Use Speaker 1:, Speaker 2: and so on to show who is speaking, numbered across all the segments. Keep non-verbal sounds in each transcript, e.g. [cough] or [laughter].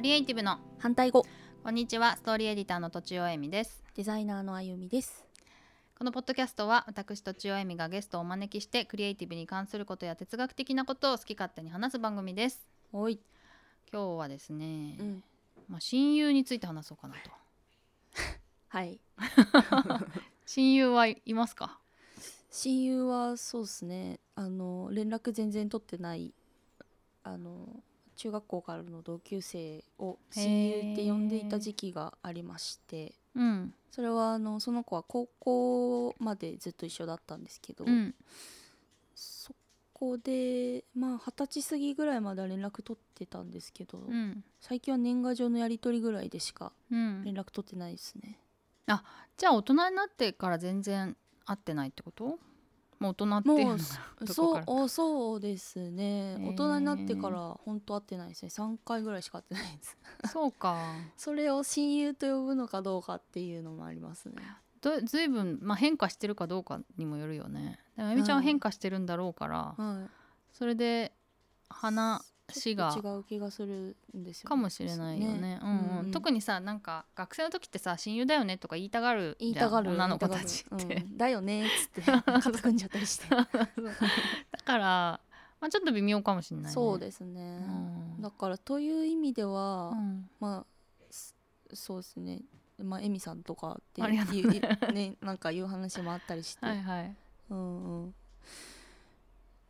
Speaker 1: リエイティブの
Speaker 2: 反対語
Speaker 1: こんにちはストーリーエディターのとちおえみです
Speaker 2: デザイナーのあゆみです
Speaker 1: このポッドキャストは私とちおえみがゲストをお招きしてクリエイティブに関することや哲学的なことを好き勝手に話す番組です
Speaker 2: おい、
Speaker 1: 今日はですね、
Speaker 2: うん、
Speaker 1: まあ親友について話そうかなと
Speaker 2: はい
Speaker 1: 親友はいますか
Speaker 2: 親友はそうですねあの連絡全然取ってないあの中学校からの同級生を親友って呼んでいた時期がありまして
Speaker 1: うん
Speaker 2: それはあのその子は高校までずっと一緒だったんですけど、
Speaker 1: うん
Speaker 2: そこでまあ二十歳過ぎぐらいまでは連絡取ってたんですけど、
Speaker 1: うん
Speaker 2: 最近は年賀状のやり取りぐらいでしか
Speaker 1: うん
Speaker 2: 連絡取ってないですね、
Speaker 1: じゃあ大人になってから全然会ってないってこともう大人っていうの
Speaker 2: も
Speaker 1: は
Speaker 2: う
Speaker 1: どこ
Speaker 2: そ
Speaker 1: から
Speaker 2: うおそうですね、
Speaker 1: ー
Speaker 2: 大人になってから本当会ってないですね3回ぐらいしか会ってないです
Speaker 1: [laughs]
Speaker 2: [laughs]
Speaker 1: そうか
Speaker 2: それを親友と呼ぶのかどうかっていうのもありますね
Speaker 1: どずいぶん、まあ、変化してるかどうかにもよるよねでもえみちゃんは
Speaker 2: うん
Speaker 1: 変化してるんだろうから、
Speaker 2: はい
Speaker 1: それで話
Speaker 2: ちょ
Speaker 1: が
Speaker 2: っと違う気がするんですよね
Speaker 1: かもしれないよねうんうん
Speaker 2: うんうん
Speaker 1: 特にさなんか学生の時ってさ親友だよねとか言いたがる
Speaker 2: 言い
Speaker 1: じゃ
Speaker 2: た
Speaker 1: ん
Speaker 2: がる
Speaker 1: 女の子
Speaker 2: 言い
Speaker 1: た
Speaker 2: がる
Speaker 1: ちって、 [laughs]
Speaker 2: うんだよねっつって肩組んじゃったりして
Speaker 1: だから、まあ、ちょっと微妙かもしれない、ね、
Speaker 2: そう
Speaker 1: す
Speaker 2: ですね、
Speaker 1: うん
Speaker 2: だからという意味では、
Speaker 1: うん
Speaker 2: まあすそうですねまあエミさんとかって
Speaker 1: ありがとう
Speaker 2: いういねなんかいう話もあったりして、
Speaker 1: はいはい
Speaker 2: うんうん、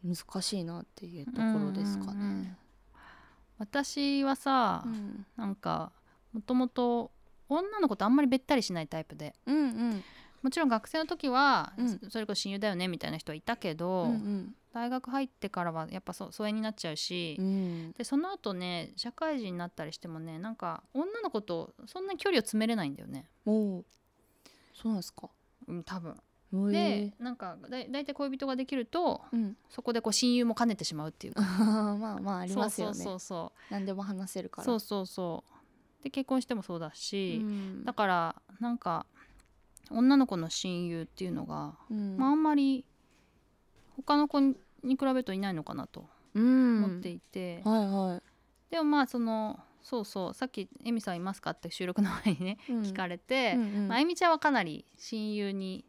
Speaker 2: 難しいなっていうところですか
Speaker 1: うんうんうん
Speaker 2: ね。
Speaker 1: 私はさ、
Speaker 2: うん
Speaker 1: なんかもともと女の子とあんまりべったりしないタイプで
Speaker 2: うんうん
Speaker 1: もちろん学生の時は、
Speaker 2: うん
Speaker 1: それこそ親友だよねみたいな人はいたけど、
Speaker 2: うん
Speaker 1: 大学入ってからはやっぱそう疎遠になっちゃうし、
Speaker 2: うん
Speaker 1: でその後ね社会人になったりしてもねなんか女の子とそんなに距離を詰めれないんだよね、
Speaker 2: もうそうなんですか。
Speaker 1: うん、多分。
Speaker 2: へえ
Speaker 1: でなんかだい大体恋人ができると
Speaker 2: うん、 [laughs]
Speaker 1: そこでこう親友も兼ねてしまうっていうか
Speaker 2: まあ [laughs] まああ
Speaker 1: あ
Speaker 2: りますよね。
Speaker 1: そうそ
Speaker 2: 何でも話せるか
Speaker 1: うそう
Speaker 2: ら。
Speaker 1: そうそうそうで結婚してもそうだし、
Speaker 2: うん
Speaker 1: だからなんか女の子の親友っていうのが、
Speaker 2: うん
Speaker 1: まああんまり他の子に比べるといないのかなと
Speaker 2: うん
Speaker 1: 思っていて、
Speaker 2: はいは
Speaker 1: でもまあそのそうそうさっき「エミさんいますか?」って収録の前にね、
Speaker 2: い。うん
Speaker 1: 聞かれて、
Speaker 2: うんうん
Speaker 1: まあ、エミちゃんはかなり親友に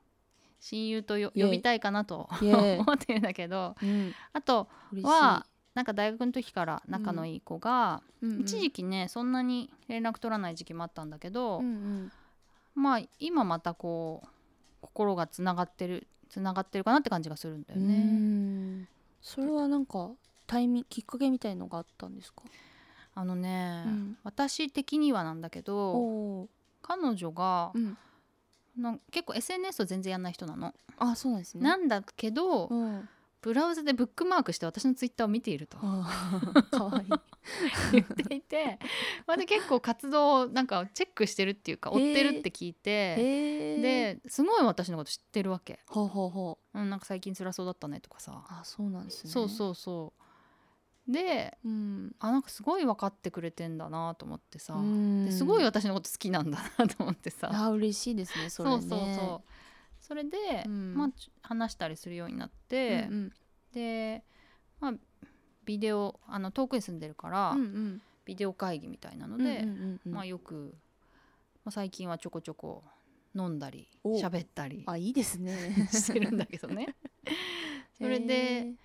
Speaker 1: 親友とよ
Speaker 2: イエイ
Speaker 1: 呼びたいかなと
Speaker 2: イエーイ
Speaker 1: 思ってるんだけど
Speaker 2: うん
Speaker 1: あと
Speaker 2: 嬉しい
Speaker 1: はなんか大学の時から仲のいい子が、
Speaker 2: うんうん
Speaker 1: 一時期ねそんなに連絡取らない時期もあったんだけど、
Speaker 2: うんうん
Speaker 1: まあ今またこう心がつながってるつながってるかなって感じがするんだよ
Speaker 2: う
Speaker 1: ね。
Speaker 2: んそれはなんかタイミングきっかけみたいのがあったんですか。
Speaker 1: あのね、
Speaker 2: うん
Speaker 1: 私的にはなんだけど
Speaker 2: おお。
Speaker 1: 彼女が
Speaker 2: うん。
Speaker 1: なん結構 SNS を全然やんない人なの。
Speaker 2: あそうなんですね。
Speaker 1: なんだけど、
Speaker 2: うん。
Speaker 1: [laughs] ブラウザでブックマークして私のツイッターを見ていると
Speaker 2: あーかわいい。
Speaker 1: 言っていてまあで結構活動をなんかチェックしてるっていうか
Speaker 2: へー
Speaker 1: 追ってるって聞いて、
Speaker 2: [laughs] へえ。、
Speaker 1: ですごい私のこと知ってるわけ、
Speaker 2: ほうほうほう。
Speaker 1: うん、なんか最近辛そうだったねとかさ、
Speaker 2: あ、そうなんですね。
Speaker 1: そうそうそうで
Speaker 2: う。うん。
Speaker 1: あなんかすごい分かってくれてんだなと思ってさ、
Speaker 2: うん
Speaker 1: ですごい。私のこと好きなんだなと思ってさ
Speaker 2: あ、嬉しいですね。それね。
Speaker 1: うそうそうそれで、
Speaker 2: うん
Speaker 1: まあ、ち話したりするようになっ
Speaker 2: うん
Speaker 1: て、
Speaker 2: うん。
Speaker 1: で、まあ、ビデオあの遠くに住んでるから、
Speaker 2: うんうん。
Speaker 1: ビデオ会議みたいなの
Speaker 2: うんうんうんうん。
Speaker 1: で、まあ、よく、まあ、最近はちょこちょこ飲んだり
Speaker 2: お
Speaker 1: 喋ったり。
Speaker 2: あ、いいですね
Speaker 1: [laughs] してるんだけど
Speaker 2: [laughs]
Speaker 1: ねそれで
Speaker 2: へー。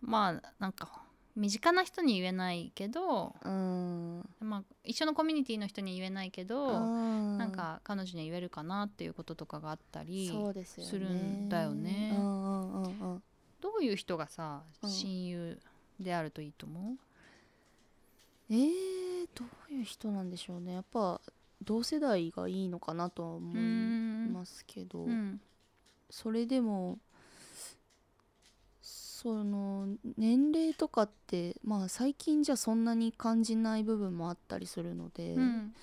Speaker 1: まあなんか身近な人に言えないけど、
Speaker 2: うん。
Speaker 1: まあ、一緒のコミュニティの人に言えないけど
Speaker 2: な
Speaker 1: なん。か彼女には言えるかなっていうこととかがあったり
Speaker 2: そうですよね。
Speaker 1: するんだよね
Speaker 2: うんうんうんうん。
Speaker 1: どういう人がさ
Speaker 2: うん
Speaker 1: 親友であるといいと思う、
Speaker 2: えー、どういう人なんでしょうね。やっぱ同世代がいいのかなとは思
Speaker 1: うー
Speaker 2: い
Speaker 1: ん
Speaker 2: ますけど。
Speaker 1: うん
Speaker 2: それでもその年齢とかってまあ最近じゃそんなに感じない部分もあったりするので、
Speaker 1: うん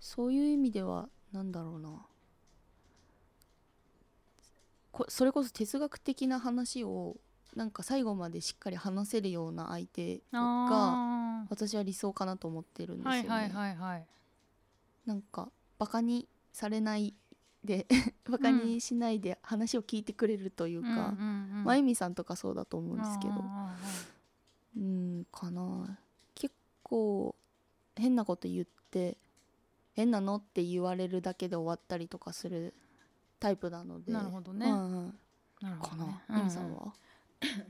Speaker 2: そういう意味ではなんだろうなこそれこそ哲学的な話をなんか最後までしっかり話せるような相手が
Speaker 1: あ
Speaker 2: 私は理想かなと思ってるんで
Speaker 1: ー
Speaker 2: すよ
Speaker 1: は
Speaker 2: ね。
Speaker 1: いはいはいはい
Speaker 2: なんかバカにされないで [laughs] バカにしないで話を聞いてくれるというか。
Speaker 1: うん
Speaker 2: まゆみさんとかそうだと思
Speaker 1: う
Speaker 2: うんんですけど
Speaker 1: あ
Speaker 2: うんかな結構変なこと言って変なのって言われるだけで終わったりとかするタイプなので
Speaker 1: なるほどね
Speaker 2: うんうん
Speaker 1: なる
Speaker 2: か
Speaker 1: ほど、ね
Speaker 2: な、ゆみさんは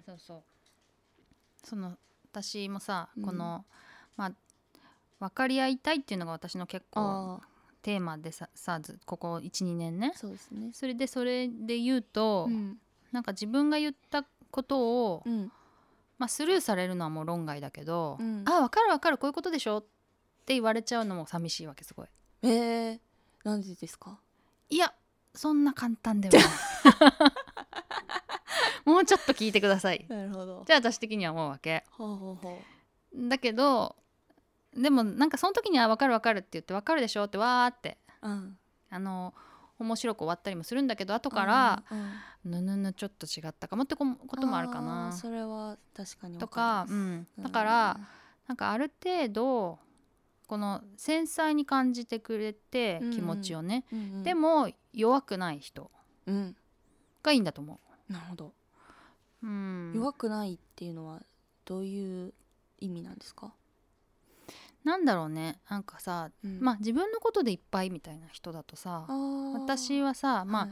Speaker 1: そうそうその私もさ、
Speaker 2: うん
Speaker 1: このまあ分かり合いたいっていうのが私の結構
Speaker 2: あ
Speaker 1: テーマでささずここ12年ね
Speaker 2: あそうですね
Speaker 1: それでそれで言うと、
Speaker 2: うん
Speaker 1: なんか自分が言ったことを、
Speaker 2: うん
Speaker 1: まあ、スルーされるのはもう論外だけど「
Speaker 2: うん
Speaker 1: あ分かる分かるこういうことでしょ」って言われちゃうのも寂しいわけすごい。
Speaker 2: えー、なんでですか
Speaker 1: いやそんな簡単ではない [laughs] もうちょっと聞いてください。
Speaker 2: なるほど
Speaker 1: じゃあ私的には思うわけ。
Speaker 2: ほうほうほう
Speaker 1: だけどでもなんかその時には「分かる分かる」って言って「分かるでしょ」ってわーって
Speaker 2: うん
Speaker 1: あの面白く終わったりもするんだけど後から
Speaker 2: うんうん
Speaker 1: 「ぬぬぬちょっと違ったかも」ってここともあるか
Speaker 2: あ
Speaker 1: な
Speaker 2: ーそれは確かにわ
Speaker 1: とか、
Speaker 2: り
Speaker 1: う
Speaker 2: ます
Speaker 1: ん、だから、なんかある程度この繊細に感じてくれて
Speaker 2: うんうん
Speaker 1: 気持ちをね、
Speaker 2: うんうんうん
Speaker 1: でも弱くない人
Speaker 2: うん
Speaker 1: がいいんだと思
Speaker 2: なるほど
Speaker 1: う。うん、
Speaker 2: 弱くないっていうのはどういう意味なんですか、
Speaker 1: なんだろうねなんかさ、
Speaker 2: うん
Speaker 1: まあ自分のことでいっぱいみたいな人だとさ私はさま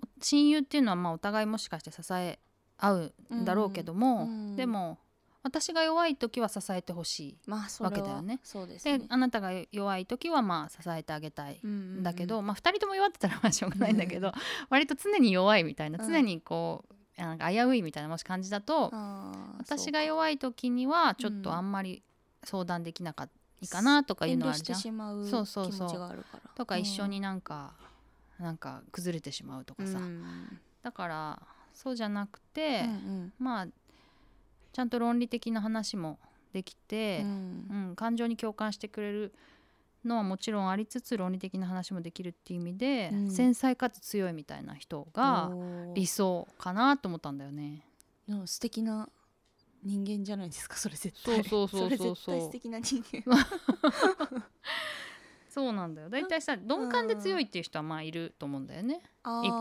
Speaker 1: あ、親友っていうのはまあお互いもしかして支え合うんだろうけども、
Speaker 2: うん
Speaker 1: でも私が弱い時は支えてほし
Speaker 2: まあそれ
Speaker 1: わ
Speaker 2: は
Speaker 1: けだよね
Speaker 2: そうで
Speaker 1: い
Speaker 2: す
Speaker 1: で
Speaker 2: ね
Speaker 1: あなたが弱い時はまあ支えてあげたい
Speaker 2: うんうんうん
Speaker 1: んだけど、まあ2人とも弱ってたら [laughs] まあしょうがないんだけど割と常に弱いみたいな
Speaker 2: うん
Speaker 1: 常にこうなんか危ういみたいなもし感じだと
Speaker 2: あー
Speaker 1: 私が弱い時にはちょっとあんまり相談できなかったいかなとかいうのはあるじゃん
Speaker 2: 遠慮して。しまう気
Speaker 1: そうそうそう
Speaker 2: 持ちがあるから
Speaker 1: とか一緒になんか、なんか崩れてしまうと
Speaker 2: う
Speaker 1: か
Speaker 2: ん
Speaker 1: さ、
Speaker 2: うん
Speaker 1: だからそうじゃなくて、
Speaker 2: うん
Speaker 1: まあちゃんと論理的な話もでき
Speaker 2: う
Speaker 1: て、
Speaker 2: ん
Speaker 1: うん感情に共感してくれるのはもちろんありつつ論理的な話もできるっていう意味で、
Speaker 2: うん
Speaker 1: 繊細かつ強いみたいな人が
Speaker 2: おー
Speaker 1: 理想かなと思ったんだよね。
Speaker 2: でも素敵な人間じゃないですかそれ絶
Speaker 1: そう
Speaker 2: 対
Speaker 1: そうそうそうそう
Speaker 2: れ [laughs] 絶対素敵な人間
Speaker 1: [laughs] そうなんだよ大体さ鈍感で強いっていう人はまあいると思うんだよね、いっぱいいっ
Speaker 2: あ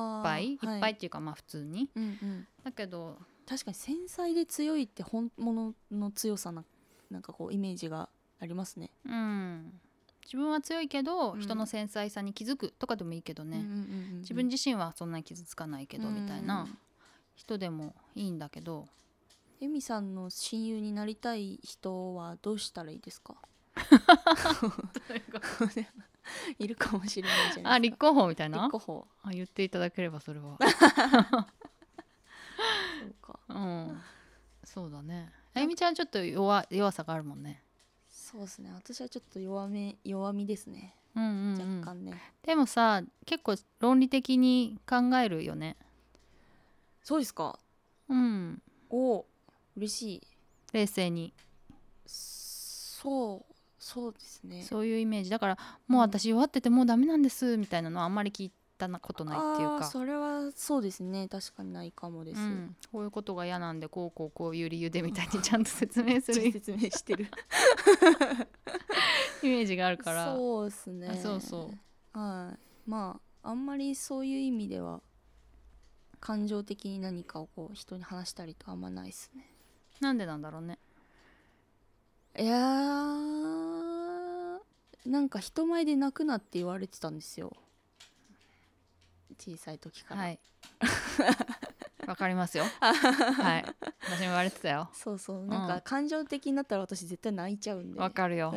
Speaker 2: ー
Speaker 1: ぱいっ、ていうかまあ普通に。
Speaker 2: うんうん、
Speaker 1: だけど
Speaker 2: 確かに繊細で強いって本物の強さななんかこうイメージがありますね
Speaker 1: うん自分は強いけど、
Speaker 2: うん
Speaker 1: 人の繊細さに気づくとかでもいいけどね、
Speaker 2: うんうんうんうん
Speaker 1: 自分自身はそんなに傷つかないけどみたい
Speaker 2: うん
Speaker 1: な人でもいいんだけど、
Speaker 2: エミさんの親友になりたい人はどうしたらいいで
Speaker 1: [laughs]
Speaker 2: すかいるかもしれないじゃな
Speaker 1: あ
Speaker 2: いです
Speaker 1: 立候補みたい
Speaker 2: か
Speaker 1: な
Speaker 2: 候補
Speaker 1: あ言っていただければそれ
Speaker 2: [laughs]
Speaker 1: は
Speaker 2: そうか
Speaker 1: うんそうだねあゆみちゃんちょっと弱弱さがあるもんね
Speaker 2: そうですね私はちょっと弱め弱みですね、
Speaker 1: うんうん、うん、
Speaker 2: 若干ね
Speaker 1: でもさ結構論理的に考えるよね
Speaker 2: そうですか
Speaker 1: うん
Speaker 2: おお嬉しい
Speaker 1: 冷静に
Speaker 2: そうそうですね
Speaker 1: そういうイメージだからもう私弱っててもうダメなんですみたいなのはあんまり聞いたことないっていう
Speaker 2: あー
Speaker 1: か
Speaker 2: それはそうですね確かにないかもです、
Speaker 1: うん、こういうことが嫌なんでこうこうこういう理由でみたいにちゃんと説明
Speaker 2: [laughs]
Speaker 1: するイ
Speaker 2: 説明し
Speaker 1: [laughs]
Speaker 2: てる
Speaker 1: メージがあるから
Speaker 2: そうですね
Speaker 1: あそうそう
Speaker 2: はいまああんまりそういう意味では感情的に何かをこう人に話したりとかあんまないですね
Speaker 1: なんでなんだろうね
Speaker 2: いやーなんか人前で泣くなって言われてたんですよ小さい時から、
Speaker 1: はい [laughs] わかりますよ [laughs] はい私も言われてたよ
Speaker 2: そうそうなん
Speaker 1: うん
Speaker 2: か感情的になったら私絶対泣いちゃうんで
Speaker 1: わかるよ、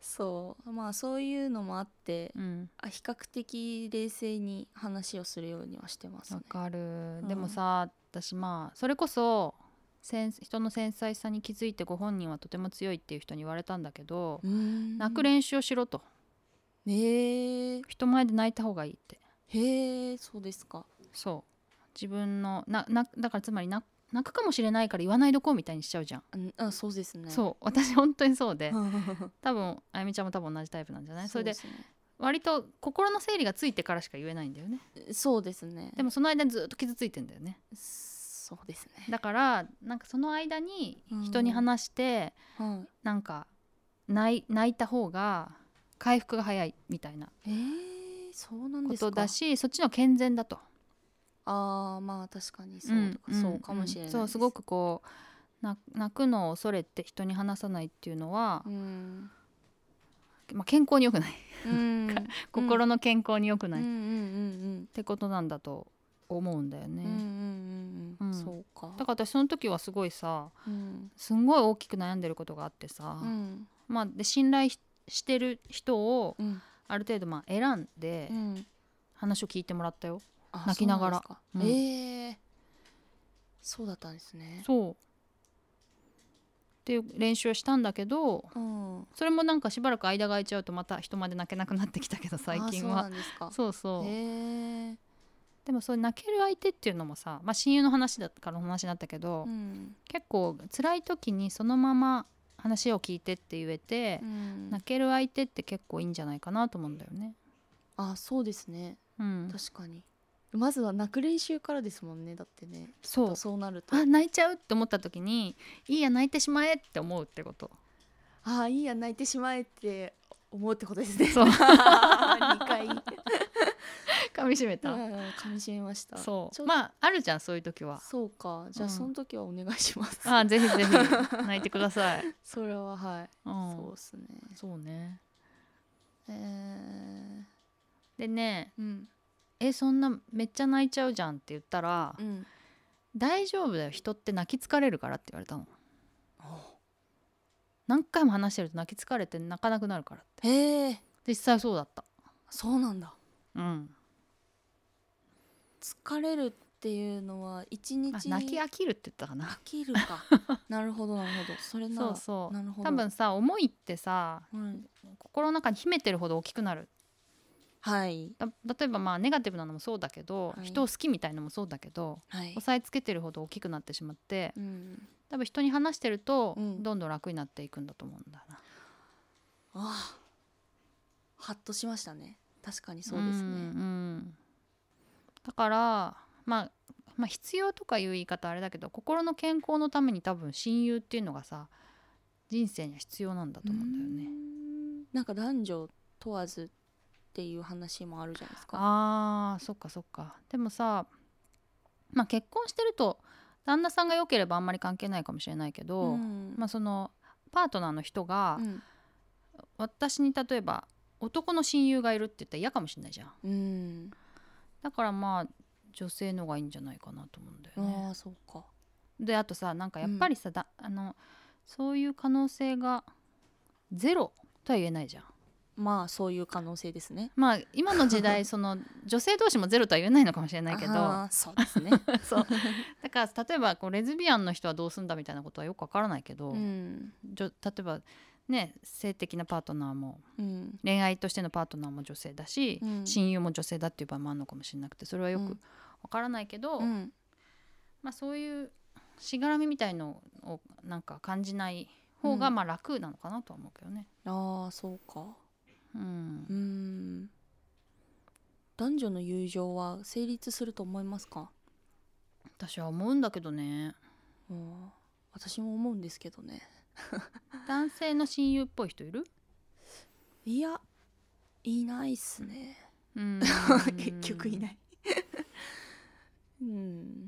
Speaker 2: そうまあそういうのもあって
Speaker 1: うん、
Speaker 2: あ比較的冷静に話をするようにはしてます
Speaker 1: わ
Speaker 2: ね
Speaker 1: かる
Speaker 2: ん
Speaker 1: でもさ私まあそれこそせん人の繊細さに気づいてご本人はとても強いっていう人に言われたんだけど
Speaker 2: うーん
Speaker 1: 泣く練習をしろと
Speaker 2: へえ
Speaker 1: 人前で泣いた方がいいって
Speaker 2: へえそうですか
Speaker 1: そう自分のななだからつまりな泣くかもしれないから言わないどこうみたいにしちゃうじゃん、
Speaker 2: うんあそうですね [laughs] う
Speaker 1: そう私本当にそうで
Speaker 2: そ
Speaker 1: 多分あゆみちゃんも多分同じタイプなんじゃないそれです
Speaker 2: ね
Speaker 1: 割と心の整理がついてからしか言えないんだよね
Speaker 2: そうですね
Speaker 1: でもその間にずっと傷ついてんだよね
Speaker 2: そうですね
Speaker 1: だからなんかその間に人に話して、
Speaker 2: は
Speaker 1: なんか泣い泣いた方が回復が早いみたいない
Speaker 2: えー、そうなん
Speaker 1: こ
Speaker 2: ですか
Speaker 1: とだしそっちの健全だと
Speaker 2: あーまあ確かにそう,、
Speaker 1: ん
Speaker 2: そうかもしれない
Speaker 1: うんそうすごくこな泣くのを恐れて人に話さないっていうのは
Speaker 2: う、
Speaker 1: [laughs]
Speaker 2: ん
Speaker 1: まあ、健康に良くない
Speaker 2: うん
Speaker 1: 心の健康に良く
Speaker 2: う
Speaker 1: なんい、
Speaker 2: うん
Speaker 1: っ
Speaker 2: うん
Speaker 1: てことなんだと思うんだよ
Speaker 2: う
Speaker 1: ね、
Speaker 2: んうんうんうんう
Speaker 1: う
Speaker 2: ん
Speaker 1: ん
Speaker 2: そうか
Speaker 1: だから私その時はすごいさ
Speaker 2: うん
Speaker 1: すんごい大きく悩んでることがあってさ、
Speaker 2: うん
Speaker 1: まあ、で信頼ししてる人を
Speaker 2: うん
Speaker 1: ある程度まあ選んで
Speaker 2: うん
Speaker 1: 話を聞いてもらったよ、
Speaker 2: あ
Speaker 1: 泣きながら
Speaker 2: そうなんですか
Speaker 1: うん
Speaker 2: ええそうだったんですね
Speaker 1: そうっていう練習をしたんだけど
Speaker 2: うん
Speaker 1: それもなんかしばらく間が空いちゃうとまた人まで泣けなくなってきたけど最近
Speaker 2: あそうな
Speaker 1: は
Speaker 2: んですか
Speaker 1: そうそう
Speaker 2: へえ
Speaker 1: でもそう泣ける相手っていうのもさ、まあ、親友の話だからの話だったけど、
Speaker 2: うん
Speaker 1: 結構辛い時にそのまま話を聞いてって言えて
Speaker 2: う、ん
Speaker 1: 泣ける相手って結構いいんじゃないかなと思うんだよね。
Speaker 2: あそうですね
Speaker 1: うん、
Speaker 2: 確かにまずは泣く練習からですもんねだってね
Speaker 1: そう
Speaker 2: そうなると
Speaker 1: あ泣いちゃうって思った時にいいや泣いてしまえって思うってこと
Speaker 2: ああいいや泣いてしまえって思うってことですね [laughs]
Speaker 1: そう
Speaker 2: 二回
Speaker 1: 噛みしめた、
Speaker 2: うん噛み締めました
Speaker 1: そ
Speaker 2: ちょ
Speaker 1: うまああるじゃんそういう時は
Speaker 2: そうかじゃあ
Speaker 1: うん
Speaker 2: その時はお願いします、
Speaker 1: あぜひぜ
Speaker 2: [laughs]
Speaker 1: ひ泣いてください、うん、
Speaker 2: それははい、そう
Speaker 1: そ
Speaker 2: ですね
Speaker 1: うね
Speaker 2: えー、
Speaker 1: でね
Speaker 2: うん
Speaker 1: 「えそんなめっちゃ泣いちゃうじゃん」って言ったら「
Speaker 2: うん
Speaker 1: 大丈夫だよ人って泣き疲れるから」って言われたの何回も話してると泣き疲れて泣かなくなるからって
Speaker 2: へえ
Speaker 1: 実際そうだった
Speaker 2: そうなんだ
Speaker 1: うん
Speaker 2: 疲れるっていうのは一
Speaker 1: あ
Speaker 2: 日
Speaker 1: 泣き飽きるって言ったかな
Speaker 2: 飽きるかなるほどなるほどそ [laughs] れなら
Speaker 1: そうそう
Speaker 2: なるほど
Speaker 1: 多分さ思いってさ
Speaker 2: はい、
Speaker 1: 心の中に秘めてるほど大きくなる
Speaker 2: はい
Speaker 1: だ例えばまあネガティブなのもそうだけど、
Speaker 2: はい
Speaker 1: 人を好きみたいのもそうだけど
Speaker 2: はい
Speaker 1: 押さえつけてるほど大きくなってしまって
Speaker 2: うん、
Speaker 1: 多分人に話してると、
Speaker 2: うん
Speaker 1: どんどん楽になっていくんだと思うんだな
Speaker 2: ああハッとしましたね確かにそうです
Speaker 1: ん
Speaker 2: ね
Speaker 1: んだから、まあ、まあ必要とかいう言い方あれだけど心の健康のために多分親友っていうのがさ人生には必要なんだと思うんだよ
Speaker 2: う
Speaker 1: ね。
Speaker 2: んなんか男女問わずっていう話もあるじゃないですか
Speaker 1: あーそっかそっかでもさ、まあ、結婚してると旦那さんが良ければあんまり関係ないかもしれないけど、
Speaker 2: うん
Speaker 1: まあ、そのパートナーの人が、
Speaker 2: うん
Speaker 1: 私に例えば男の親友がいるって言ったら嫌かもしれないじゃん
Speaker 2: うん、
Speaker 1: だからまあ女性のがいいんじゃないかなと思うんだよ
Speaker 2: あ
Speaker 1: ね
Speaker 2: あそうか
Speaker 1: であとさなんかやっぱりさ、だあのそういう可能性がゼロとは言えないじゃん
Speaker 2: まあそういう可能性ですね
Speaker 1: まあ今の時代そ
Speaker 2: [laughs]
Speaker 1: の女性同士もゼロとは言えないのかもしれないけど
Speaker 2: ああそうです
Speaker 1: [laughs]
Speaker 2: ね
Speaker 1: そうだから例えばこうレズビアンの人はどうすんだみたいなことはよくわからないけど、
Speaker 2: うん
Speaker 1: じょ例えばね性的なパートナーも
Speaker 2: うん
Speaker 1: 恋愛としてのパートナーも女性だし、
Speaker 2: うん
Speaker 1: 親友も女性だっていう場合もあるのかもしれなくてそれはよ
Speaker 2: う
Speaker 1: く
Speaker 2: ん
Speaker 1: わからないけど、
Speaker 2: うん
Speaker 1: まあ、そういうしがらみみたいのをなんか感じない方
Speaker 2: う
Speaker 1: が
Speaker 2: ん
Speaker 1: まあ楽なのかなとは思うけどね。
Speaker 2: ああそうか
Speaker 1: うん
Speaker 2: うーん男女の友情は成立すると思いますか
Speaker 1: 私は思うんだけどね
Speaker 2: うん私も思うんですけどね
Speaker 1: 男性の親友っぽい人いる
Speaker 2: いやいないっすね
Speaker 1: うん
Speaker 2: [laughs] 結局い
Speaker 1: い、
Speaker 2: ない [laughs] うん
Speaker 1: うん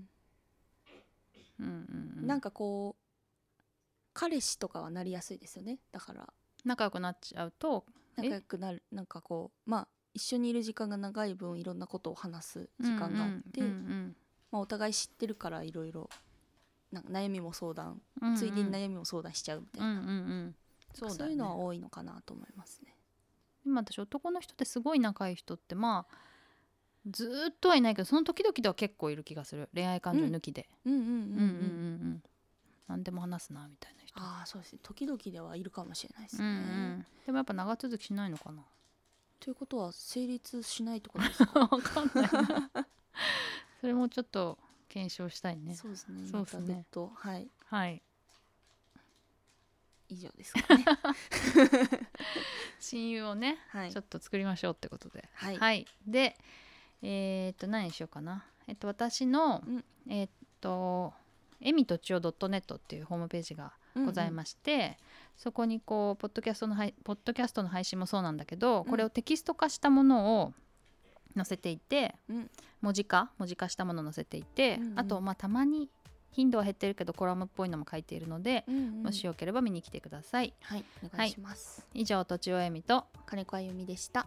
Speaker 1: うんうん、
Speaker 2: なんかこう彼氏とかはなりやすいですよねだから
Speaker 1: 仲良くなっちゃうとえ
Speaker 2: 仲良くなるなんかこうまあ一緒にいる時間が長い分いろんなことを話す時間があって、
Speaker 1: うんうん
Speaker 2: まあ、お互い知ってるからいろいろなんか悩みも相談、
Speaker 1: うんうん
Speaker 2: ついでに悩みも相談しちゃうみたい
Speaker 1: うんう
Speaker 2: な、
Speaker 1: んうんそうだ
Speaker 2: そ
Speaker 1: よ
Speaker 2: う
Speaker 1: ね
Speaker 2: いうのは多いのかなと思いますね。
Speaker 1: 今私男の人ってすごい仲いい人ってまあずーっとはいないけどその時々では結構いる気がする恋愛感情抜きで、
Speaker 2: うんうん
Speaker 1: うんうんうんうん、何でも話すなみたいな人
Speaker 2: ああそうですね時々ではいるかもしれないです
Speaker 1: うん
Speaker 2: ね。
Speaker 1: うん、でもやっぱ長続きしないのかな
Speaker 2: ということは成立しないってことですか
Speaker 1: わかんないな [laughs] それもちょっと検証したいね
Speaker 2: [laughs] そうですね。
Speaker 1: そうっすね
Speaker 2: また別途はい
Speaker 1: はい
Speaker 2: 以上ですか [laughs] ね。
Speaker 1: 親友をね、
Speaker 2: はい
Speaker 1: ちょっと作りましょうってことで
Speaker 2: はい
Speaker 1: でえーっと何にしようかなえっと私の、
Speaker 2: うん
Speaker 1: えーっとえみとちお .net っていうホームページがござい
Speaker 2: す。
Speaker 1: まして、そこにこうポッドキャストの配ポッドキャストの配信もそうなんだけど、これをテキスト化したものを載せていて、
Speaker 2: うん
Speaker 1: 文字化文字化したものを載せていて、
Speaker 2: うんうん
Speaker 1: あとまあたまに頻度は減ってるけどコラムっぽいのも書いているので、
Speaker 2: うんうん
Speaker 1: もしよければ見に来てください
Speaker 2: はいお願いします、
Speaker 1: 以上とちおえみと
Speaker 2: 金子あゆみでした